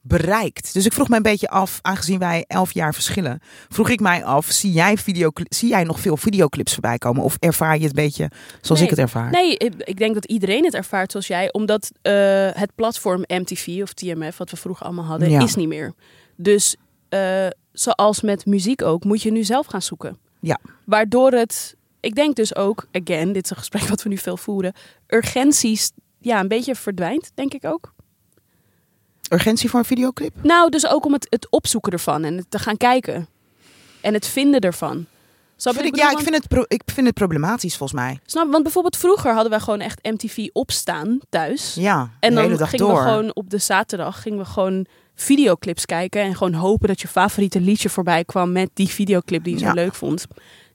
bereikt. Dus ik vroeg mij een beetje af, aangezien wij elf jaar verschillen, vroeg ik mij af, zie jij, videocli- zie jij nog veel videoclips voorbij komen? Of ervaar je het een beetje zoals ik het ervaar? Nee, ik ik denk dat iedereen het ervaart zoals jij. Omdat eh, het platform MTV of TMF, wat we vroeger allemaal hadden, Ja. is niet meer. Dus eh, zoals met muziek ook, moet je nu zelf gaan zoeken. Ja. Waardoor het, ik denk dus ook, again, dit is een gesprek wat we nu veel voeren, urgenties ja, een beetje verdwijnt, denk ik ook. Urgentie voor een videoclip? Nou, dus ook om het, het opzoeken ervan en het te gaan kijken. En het vinden ervan. Snap je Vind ik, wat ja, bedoel? ik vind, het pro- ik vind het problematisch volgens mij. Snap, want bijvoorbeeld vroeger hadden wij gewoon echt MTV opstaan thuis. Ja, En de hele dan dag gingen door. we gewoon op de zaterdag gingen we gewoon videoclips kijken en gewoon hopen dat je favoriete liedje voorbij kwam met die videoclip die je Ja. zo leuk vond.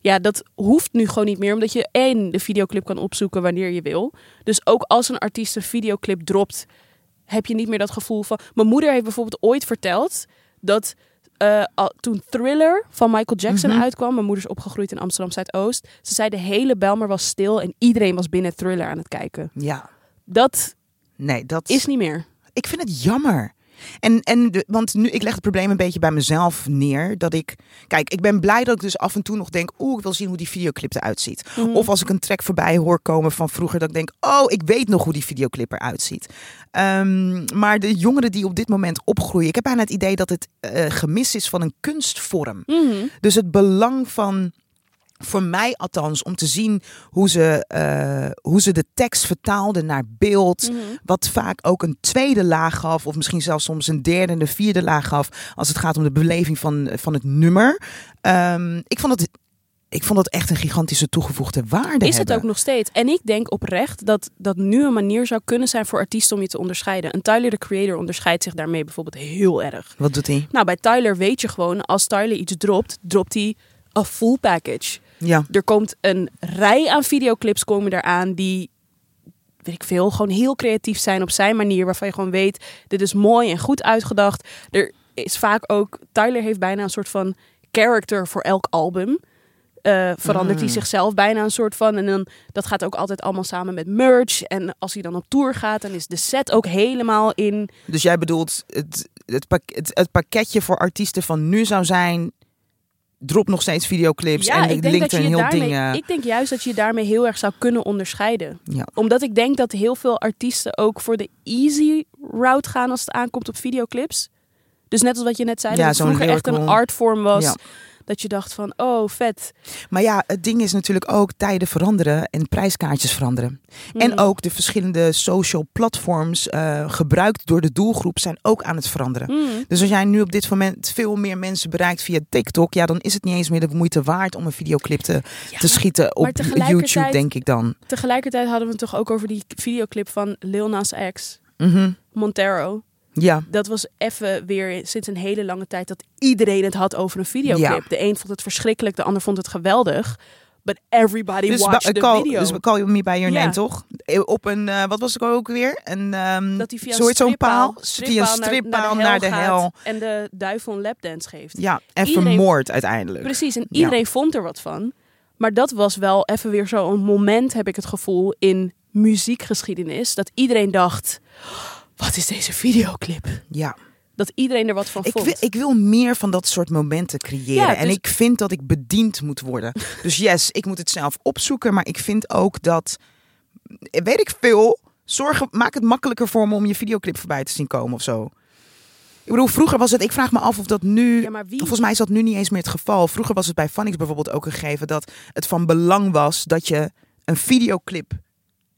Ja, dat hoeft nu gewoon niet meer, omdat je één de videoclip kan opzoeken wanneer je wil. Dus ook als een artiest een videoclip dropt, heb je niet meer dat gevoel van. Mijn moeder heeft bijvoorbeeld ooit verteld dat eh, al- toen Thriller van Michael Jackson Mhm. uitkwam, mijn moeder is opgegroeid in Amsterdam Zuidoost. Ze zei de hele Belmer was stil en iedereen was binnen Thriller aan het kijken. Ja, Dat nee, dat is niet meer. Ik vind het jammer. En, en de- want nu, ik leg het probleem een beetje bij mezelf neer. Dat ik, kijk, ik ben blij dat ik dus af en toe nog denk, oeh, ik wil zien hoe die videoclip eruit ziet. Mhm. Of als ik een track voorbij hoor komen van vroeger, dat ik denk, oh, ik weet nog hoe die videoclip eruit ziet. Ehm, maar de jongeren die op dit moment opgroeien, ik heb bijna het idee dat het eh, gemis is van een kunstvorm. Mhm. Dus het belang van, voor mij althans, om te zien hoe ze, eh, hoe ze de tekst vertaalden naar beeld. Mhm. Wat vaak ook een tweede laag gaf, of misschien zelfs soms een derde en een vierde laag gaf. Als het gaat om de beleving van, van het nummer. Ehm, ik, vond dat, ik vond dat echt een gigantische toegevoegde waarde. Is het hebben. ook nog steeds. En ik denk oprecht dat dat nu een manier zou kunnen zijn voor artiesten om je te onderscheiden. Een Tyler, de creator, onderscheidt zich daarmee bijvoorbeeld heel erg. Wat doet hij? Nou, bij Tyler weet je gewoon, als Tyler iets dropt, dropt hij een full package. Ja. Er komt een rij aan videoclips komen eraan die, weet ik veel, gewoon heel creatief zijn op zijn manier. Waarvan je gewoon weet, dit is mooi en goed uitgedacht. Er is vaak ook, Tyler heeft bijna een soort van character voor elk album. Eh, verandert hij Mm. zichzelf bijna een soort van. En dan, dat gaat ook altijd allemaal samen met merch. En als hij dan op tour gaat, dan is de set ook helemaal in... Dus jij bedoelt, het, het, pak- het, het pakketje voor artiesten van nu zou zijn. Drop nog steeds videoclips en ik link denk er dat je een je heel daarmee, ding. eh, Ik denk juist dat je je daarmee heel erg zou kunnen onderscheiden. Ja. Omdat ik denk dat heel veel artiesten ook voor de easy route gaan als het aankomt op videoclips. Dus net als wat je net zei, Ja, dat het zo'n vroeger echt een lyrical. artvorm was. Ja. Dat je dacht van, oh vet. Maar ja, het ding is natuurlijk ook tijden veranderen en prijskaartjes veranderen. En Hmm. ook de verschillende social platforms eh, gebruikt door de doelgroep zijn ook aan het veranderen. Mm. Dus als jij nu op dit moment veel meer mensen bereikt via TikTok, ja, dan is het niet eens meer de moeite waard om een videoclip te, Ja, te schieten maar op tegelijkertijd- YouTube, denk ik dan. Tegelijkertijd hadden we het toch ook over die videoclip van Lil Nas X, Mhm. Montero. Ja, Dat was even weer sinds een hele lange tijd dat iedereen het had over een videoclip. De een vond het verschrikkelijk, de ander vond het geweldig. But everybody dus, watched ba- the call, video. dus we call you me by your Ja. name, toch? Eh, Op een, eh, wat was het ook weer? Een, ehm dat hij via soort zo'n een strippaal, paal, via een strippaal naar de hel. gaat en de duivel een lapdance geeft. Ja, en Iedereen- vermoord uiteindelijk. Precies, en Ja. iedereen vond er wat van. Maar dat was wel even weer zo'n moment, heb ik het gevoel, in muziekgeschiedenis. Dat iedereen dacht, wat is deze videoclip? Ja. Dat iedereen er wat van Ik vond. wil, ik wil meer van dat soort momenten creëren. Ja, En dus- ik vind dat ik bediend moet worden. Dus yes, ik moet het zelf opzoeken. Maar ik vind ook dat, weet ik veel, zorgen, maak het makkelijker voor me om je videoclip voorbij te zien komen of zo. Ik bedoel, vroeger was het, ik vraag me af of dat nu, ja, maar wie? volgens mij is dat nu niet eens meer het geval. Vroeger was het bij Phonics bijvoorbeeld ook een gegeven dat het van belang was dat je een videoclip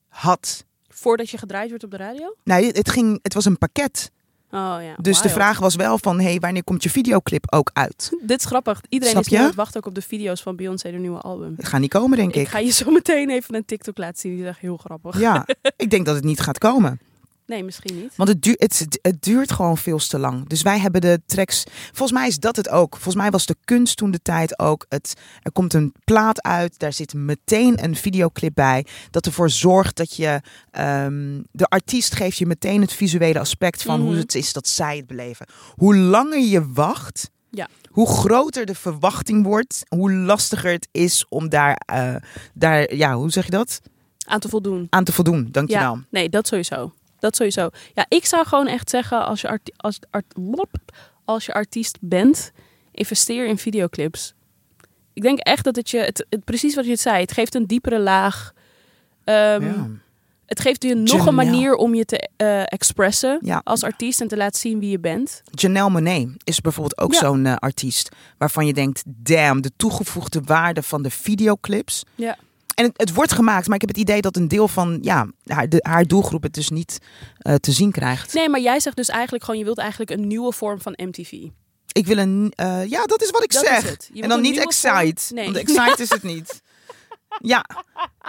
had. Voordat je gedraaid werd op de radio? Nee, het, ging, het was een pakket. Oh ja. Dus de wild. vraag was wel van, hey, wanneer komt je videoclip ook uit? Dit is grappig. Iedereen Snap is nu je? aan het wachten ook op de video's van Beyoncé, de nieuwe album. Het gaat niet komen, denk Ik, ik. ga je zo meteen even een TikTok laten zien. Die is echt heel grappig. Ja, ik denk dat het niet gaat komen. Nee, misschien niet. Want het, duur, het, het duurt gewoon veel te lang. Dus wij hebben de tracks. Volgens mij is dat het ook. Volgens mij was de kunst toen de tijd ook. Het, er komt een plaat uit, daar zit meteen een videoclip bij. Dat ervoor zorgt dat je. ehm, de artiest geeft je meteen het visuele aspect van hoe Mhm. het is dat zij het beleven. Hoe langer je wacht. Ja. Hoe groter de verwachting wordt, hoe lastiger het is om daar, eh, daar ja, hoe zeg je dat? Aan te voldoen. Aan te voldoen. Dankjewel. Ja, nee, dat sowieso. Dat sowieso. Ja, ik zou gewoon echt zeggen, als je, arti- als, art- lop, als je artiest bent, investeer in videoclips. Ik denk echt dat het je, het, het- precies wat je het zei, het geeft een diepere laag. Ehm, Ja. Het geeft je nog Geniaal. een manier om je te eh, expressen Ja. als artiest en te laten zien wie je bent. Janelle Monet is bijvoorbeeld ook Ja. zo'n eh, artiest waarvan je denkt, damn, de toegevoegde waarde van de videoclips. Ja. En het, het wordt gemaakt, maar ik heb het idee dat een deel van ja, haar, de, haar doelgroep het dus niet eh, te zien krijgt. Nee, maar jij zegt dus eigenlijk gewoon, je wilt eigenlijk een nieuwe vorm van MTV. Ik wil een, eh, ja, dat is wat ik Dat is zeg. het. Je wilt En dan een niet nieuwe Excite, vorm- Nee. want Excite is het niet. Ja,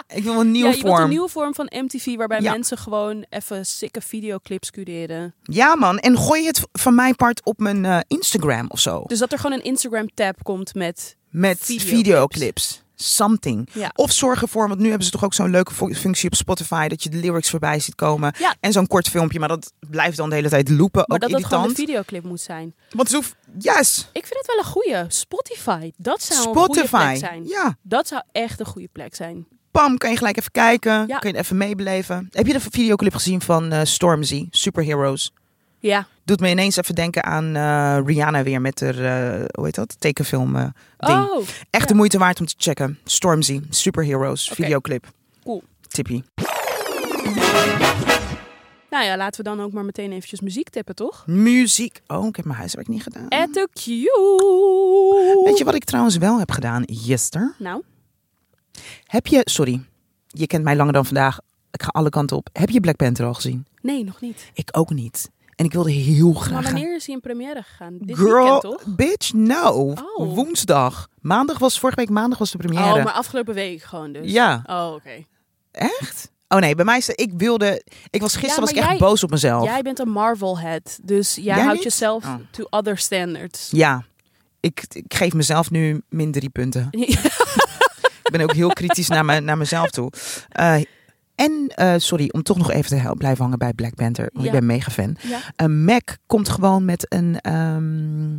ik wil een nieuwe ja, je wilt vorm. een nieuwe vorm van MTV waarbij Ja. mensen gewoon even sikke videoclips cureren. Ja man, en gooi het van mijn part op mijn eh, Instagram of zo. Dus dat er gewoon een Instagram-tab komt met... Met Videoclips. videoclips. Something. Ja. Of zorg ervoor, want nu hebben ze toch ook zo'n leuke fu- functie op Spotify. Dat je de lyrics voorbij ziet komen. Ja. En zo'n kort filmpje, maar dat blijft dan de hele tijd loopen. Maar ook oh, dat dat gewoon irritant. een videoclip moet zijn. Want ze hoeft. Yes! Ik vind het wel een goeie. Spotify. Dat zou een goede plek Spotify. zijn. Ja. Dat zou echt een goede plek zijn. Pam, kan je gelijk even kijken. Ja. Kun je het even meebeleven. Heb je de videoclip gezien van eh, Stormzy? Superheroes. Ja. De Doet me ineens even denken aan eh, Rihanna weer met haar, eh, hoe heet dat, tekenfilm eh, ding. Oh, Echt de ja. moeite waard om te checken. Stormzy, Superheroes, Oké. videoclip. Cool. Tippie. nou ja, laten we dan ook maar meteen eventjes muziek tippen, toch? Muziek. Oh, ik heb mijn huiswerk niet gedaan. At the cue. Mm. Weet je wat ik trouwens wel heb gedaan gisteren? Nou, Heb je, sorry, je kent mij langer dan vandaag. Ik ga alle kanten op. Heb je Black Panther al gezien? nee, nog niet. Ik ook niet. En ik wilde heel Maar graag. gaan. wanneer is hij in première gegaan? Dit Girl, weekend, toch? bitch, no. Oh. Woensdag. Maandag was, vorige week maandag was de première. Oh, maar afgelopen week gewoon dus. Ja. Oh, oké. Echt? Oh nee, bij mij is de- ik wilde, ik was gisteren Ja, was ik maar echt jij- boos op mezelf. Jij bent een Marvel-head, dus jij, Jij houdt niet? jezelf Oh. to other standards. Ja. Ik, ik geef mezelf nu min drie punten. Ik ben ook heel kritisch naar, me, naar mezelf toe. Eh, en, eh, sorry, om toch nog even te hel- blijven hangen bij Black Panther. Want Ja. ik ben mega fan. ja. Een Mac komt gewoon met een ehm,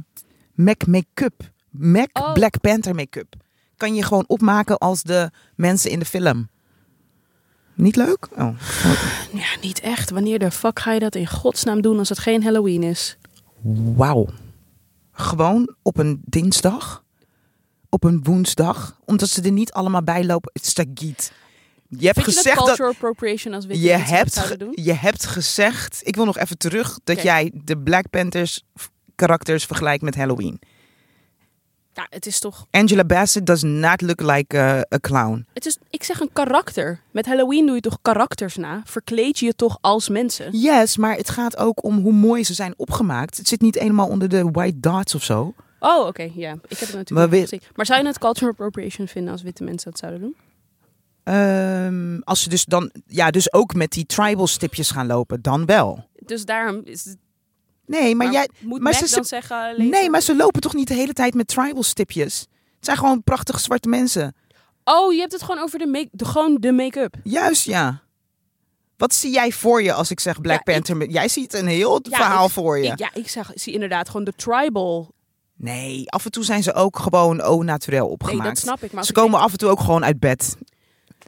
Mac make-up. Mac Oh. Black Panther make-up. Kan je gewoon opmaken als de mensen in de film. Niet leuk? Oh. Ja, niet echt. Wanneer de fuck ga je dat in godsnaam doen als het geen Halloween is? Wauw. Gewoon op een dinsdag. Op een woensdag. Omdat ze er niet allemaal bij lopen. Het is Tagiet. Je hebt Vind je dat gezegd dat... cultural appropriation als we je hebt, zouden ge- doen? je hebt gezegd, ik wil nog even terug, dat Oké. jij de Black Panthers v- karakters vergelijkt met Halloween. Ja, het is toch... Angela Bassett does not look like eh, a clown. Het is, ik zeg een karakter. Met Halloween doe je toch karakters na? Verkleed je je toch als mensen? Yes, maar het gaat ook om hoe mooi ze zijn opgemaakt. Het zit niet helemaal onder de white dots of zo. Oh, oké, ja. Ik heb het natuurlijk Maar maar, weer- maar zou je het cultural appropriation vinden als witte mensen dat zouden doen? Ehm, als ze dus dan, ja, dus ook met die tribal stipjes gaan lopen, dan wel. Dus daarom is het... Nee, maar, jij, moet maar Mac ze- ze- dan zeggen... Lees nee, maar ze lopen toch niet de hele tijd met tribal stipjes? Het zijn gewoon prachtige zwarte mensen. Oh, je hebt het gewoon over de make de, gewoon de make-up. Juist, ja. Wat zie jij voor je als ik zeg Black Ja, ik- Panther? Jij ziet een heel Ja, verhaal ik- voor je. Ik, ja, ik zeg, zie inderdaad gewoon de tribal. Nee, af en toe zijn ze ook gewoon au naturel Nee, opgemaakt. dat snap ik. Maar als ze ik komen af en toe ook gewoon uit bed.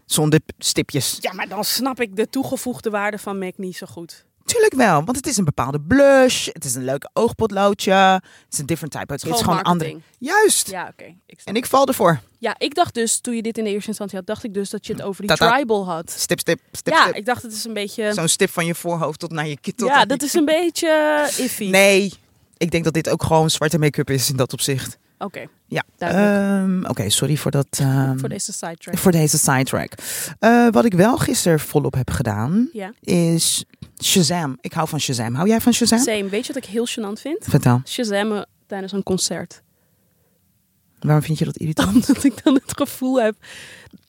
Zonder p- stipjes. Ja, maar dan snap ik de toegevoegde waarde van Mac niet zo goed. Tuurlijk wel, want het is een bepaalde blush. Het is een leuke oogpotloodje. Het is een different type. Het is gewoon een andere. Juist. Ja, oké. Ik En snap. ik val ervoor. Ja, ik dacht dus, toen je dit in de eerste instantie had, dacht ik dus dat je het over die Tata. tribal had. Stip, stip, stip, ja, stip. ik dacht het is een beetje... Zo'n stip van je voorhoofd tot naar je kittel. ja, dat is een beetje eh, iffy. Nee, ik denk dat dit ook gewoon zwarte make-up is in dat opzicht. Oké, Ja. duidelijk. Ehm, Oké, sorry voor dat. ehm, voor deze sidetrack. voor deze sidetrack. Eh, wat ik wel gisteren volop heb gedaan Ja. is Shazam. Ik hou van Shazam. Hou jij van Shazam? Same. Weet je wat ik heel gênant vind? Vertel. Shazammen tijdens een concert. Waarom vind je dat irritant? Omdat ik dan het gevoel heb...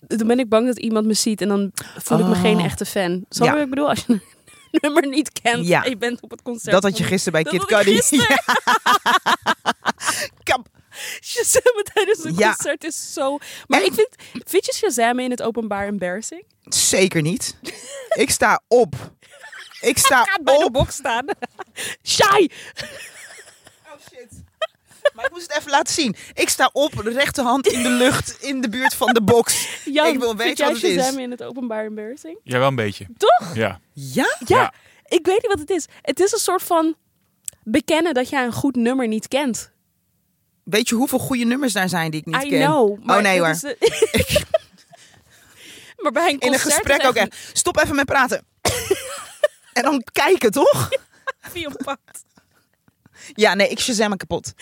Dan ben ik bang dat iemand me ziet en dan voel ik me Oh. geen echte fan. Snap Ja. je wat ik bedoel? Als je een nummer niet kent Ja. en je bent op het concert. dat had je van- gisteren bij Dat Kid had ik Cudi. gisteren. Ja. Kap. Shazam tijdens een Ja. concert is zo... Maar En- ik vind... Vind je Shazam in het openbaar embarrassing? Zeker niet. ik sta op. Ik sta Ga bij de Ah, op. box staan. Shy! Oh shit. Maar ik moest het even laten zien. Ik sta op, rechterhand in de lucht, in de buurt van de box. Jan, Ik wil vind weten jij wat het is. Shazam in het openbaar embarrassing? Ja, wel een beetje. Toch? Ja. Ja? Ja, Ja. ik weet niet wat het is. Het is een soort van bekennen dat jij een goed nummer niet kent. Weet je hoeveel goede nummers daar zijn die ik niet I ken? know. Maar oh nee dit hoor. is de- maar bij een concert In een is gesprek ook. echt hè. Stop even met praten. en dan kijken, toch? vier op pad. Ja, nee, ik shazam me kapot.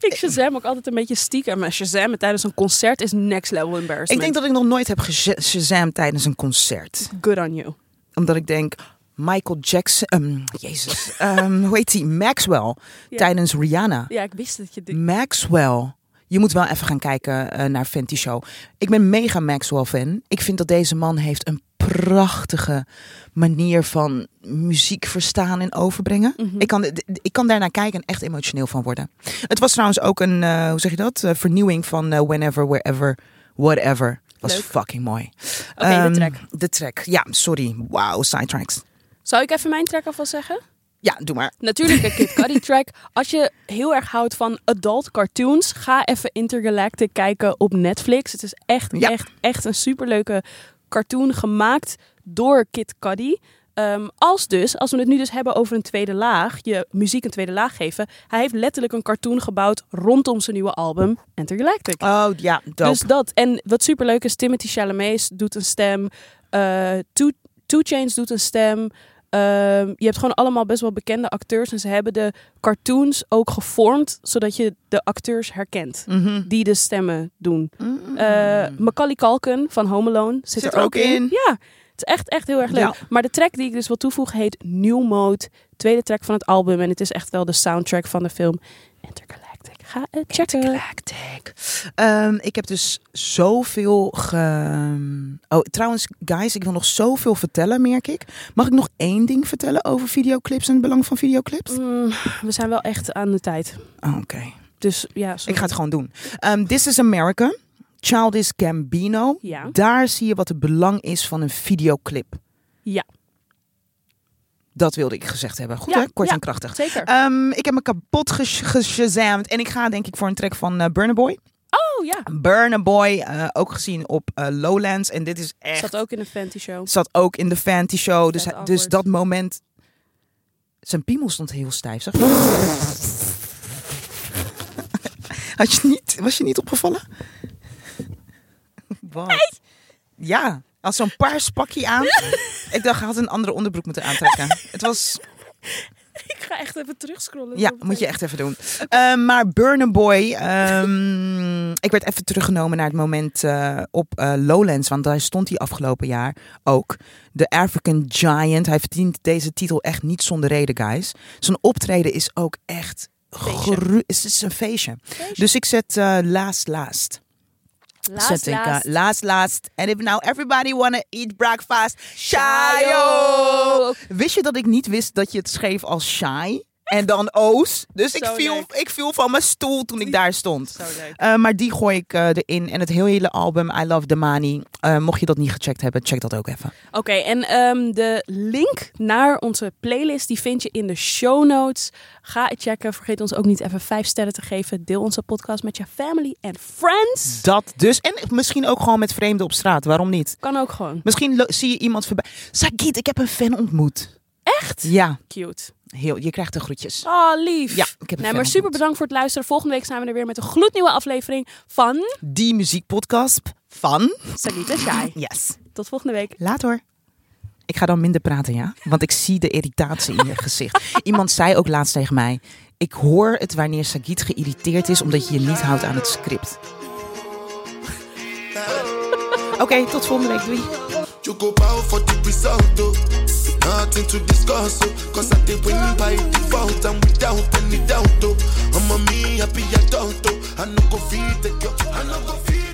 Ik Shazam ook altijd een beetje stiekem. Maar Shazam tijdens een concert is next level embarrassment. Ik denk dat ik nog nooit heb geshazam tijdens een concert. Good on you. Omdat ik denk, Michael Jackson... ehm, Jezus. ehm, hoe heet die? Maxwell. Ja. Tijdens Rihanna. Ja, ik wist dat je dit... Maxwell. Je moet wel even gaan kijken eh, naar Fenty Show. Ik ben mega Maxwell-fan. Ik vind dat deze man heeft een prachtige manier van muziek verstaan en overbrengen. Mhm. ik, kan, d- d- ik kan daarnaar kijken en echt emotioneel van worden. Het was trouwens ook een, eh, hoe zeg je dat? Eh, vernieuwing van eh, Whenever, Wherever, Whatever. Was Leuk. fucking mooi. Oké, Ehm, de track. De track, ja, sorry. Wauw, sidetracks. Zou ik even mijn track alvast zeggen? Ja, doe maar. Natuurlijk een Kid Cudi track. Als je heel erg houdt van adult cartoons, ga even Intergalactic kijken op Netflix. Het is echt, Ja. echt, echt een superleuke cartoon gemaakt door Kid Cudi. Eh, Ehm, als dus, als we het nu dus hebben over een tweede laag, je muziek een tweede laag geven. Hij heeft letterlijk een cartoon gebouwd rondom zijn nieuwe album Enter Galactic. Oh ja, dope. Dus dat. En wat superleuk is, Timothy Chalamet doet een stem. eh Two, Two Chains doet een stem. Ehm, je hebt gewoon allemaal best wel bekende acteurs. En ze hebben de cartoons ook gevormd, zodat je de acteurs herkent. Mhm. Die de stemmen doen. Mm. Eh Macaulay Culkin van Home Alone zit, er ook in. Ja, het is echt, echt heel erg leuk. Ja. Maar de track die ik dus wil toevoegen heet New Mode. Tweede track van het album. En het is echt wel de soundtrack van de film Intergalactic. Ga het checken. Intergalactic. Ehm, ik heb dus zoveel ge... Oh, trouwens, guys, ik wil nog zoveel vertellen, merk ik. Mag ik nog één ding vertellen over videoclips en het belang van videoclips? Mm, we zijn wel echt aan de tijd. Oh, Oké. Dus ja, sorry. Ik ga het gewoon doen. Ehm, This is America, Childish Gambino. Ja. Daar zie je wat het belang is van een videoclip. Ja. Dat wilde ik gezegd hebben. Goed Ja, hè? Kort ja. en krachtig. Zeker. Ehm, ik heb me kapot gesh- geshazamd. En ik ga denk ik voor een track van eh Burner Boy. oh ja. Burner Boy, eh, ook gezien op eh, Lowlands. En dit is echt... Zat ook in de Fenty Show. zat ook in de Fenty Show. Dus, Vet hij- dus awkward. dat moment... Zijn piemel stond heel stijf. Zeg. Had je niet, was je niet opgevallen? Wat? Ja, als zo'n paars pakje aan. Ik dacht, hij had een andere onderbroek moeten aantrekken. Het was... Ik ga echt even terugscrollen. Ja, moet je echt even doen. Eh, maar Burner Boy, ehm, ik werd even teruggenomen naar het moment eh, op eh, Lowlands, want daar stond hij afgelopen jaar ook. De African Giant, hij verdient deze titel echt niet zonder reden, guys. Zijn optreden is ook echt Feestje. gru- het is een feestje. Dus ik zet eh, laatst laatst. zet ik, eh, laatst laatst. And if now everybody wanna eat breakfast, shayo! Wist je dat ik niet wist dat je het schreef als shy en dan o's? Dus ik Zo viel, leuk. ik viel van mijn stoel toen ik daar stond. Zo leuk. Eh, maar die gooi ik eh, erin. En het hele album I Love the Money. eh, mocht je dat niet gecheckt hebben, check dat ook even. Oké, en ehm, de link naar onze playlist die vind je in de show notes. Ga het checken. Vergeet ons ook niet even vijf sterren te geven. Deel onze podcast met je family en friends. Dat dus. En misschien ook gewoon met vreemden op straat. Waarom niet? Kan ook gewoon. Misschien lo- zie je iemand voorbij. Sagit, ik heb een fan ontmoet. Echt? Ja, Cute. heel, je krijgt de groetjes. Oh, lief. Ja, ik heb een fan nee, maar ontmoet. super bedankt voor het luisteren. Volgende week zijn we er weer met een gloednieuwe aflevering van Die muziekpodcast van... Sagita Shai. Yes. Tot volgende week. Later. Ik ga dan minder praten, ja? Want ik zie de irritatie in je gezicht. Iemand zei ook laatst tegen mij... Ik hoor het wanneer Sagit geïrriteerd is omdat je je niet houdt aan het script. Oké, tot volgende week. Doei. You go bow for the result, oh. Nothing to discuss, oh. Cause I did win by default and without any doubt, oh. I'm a me happy adult, oh. I no go feed the girl, I no go feed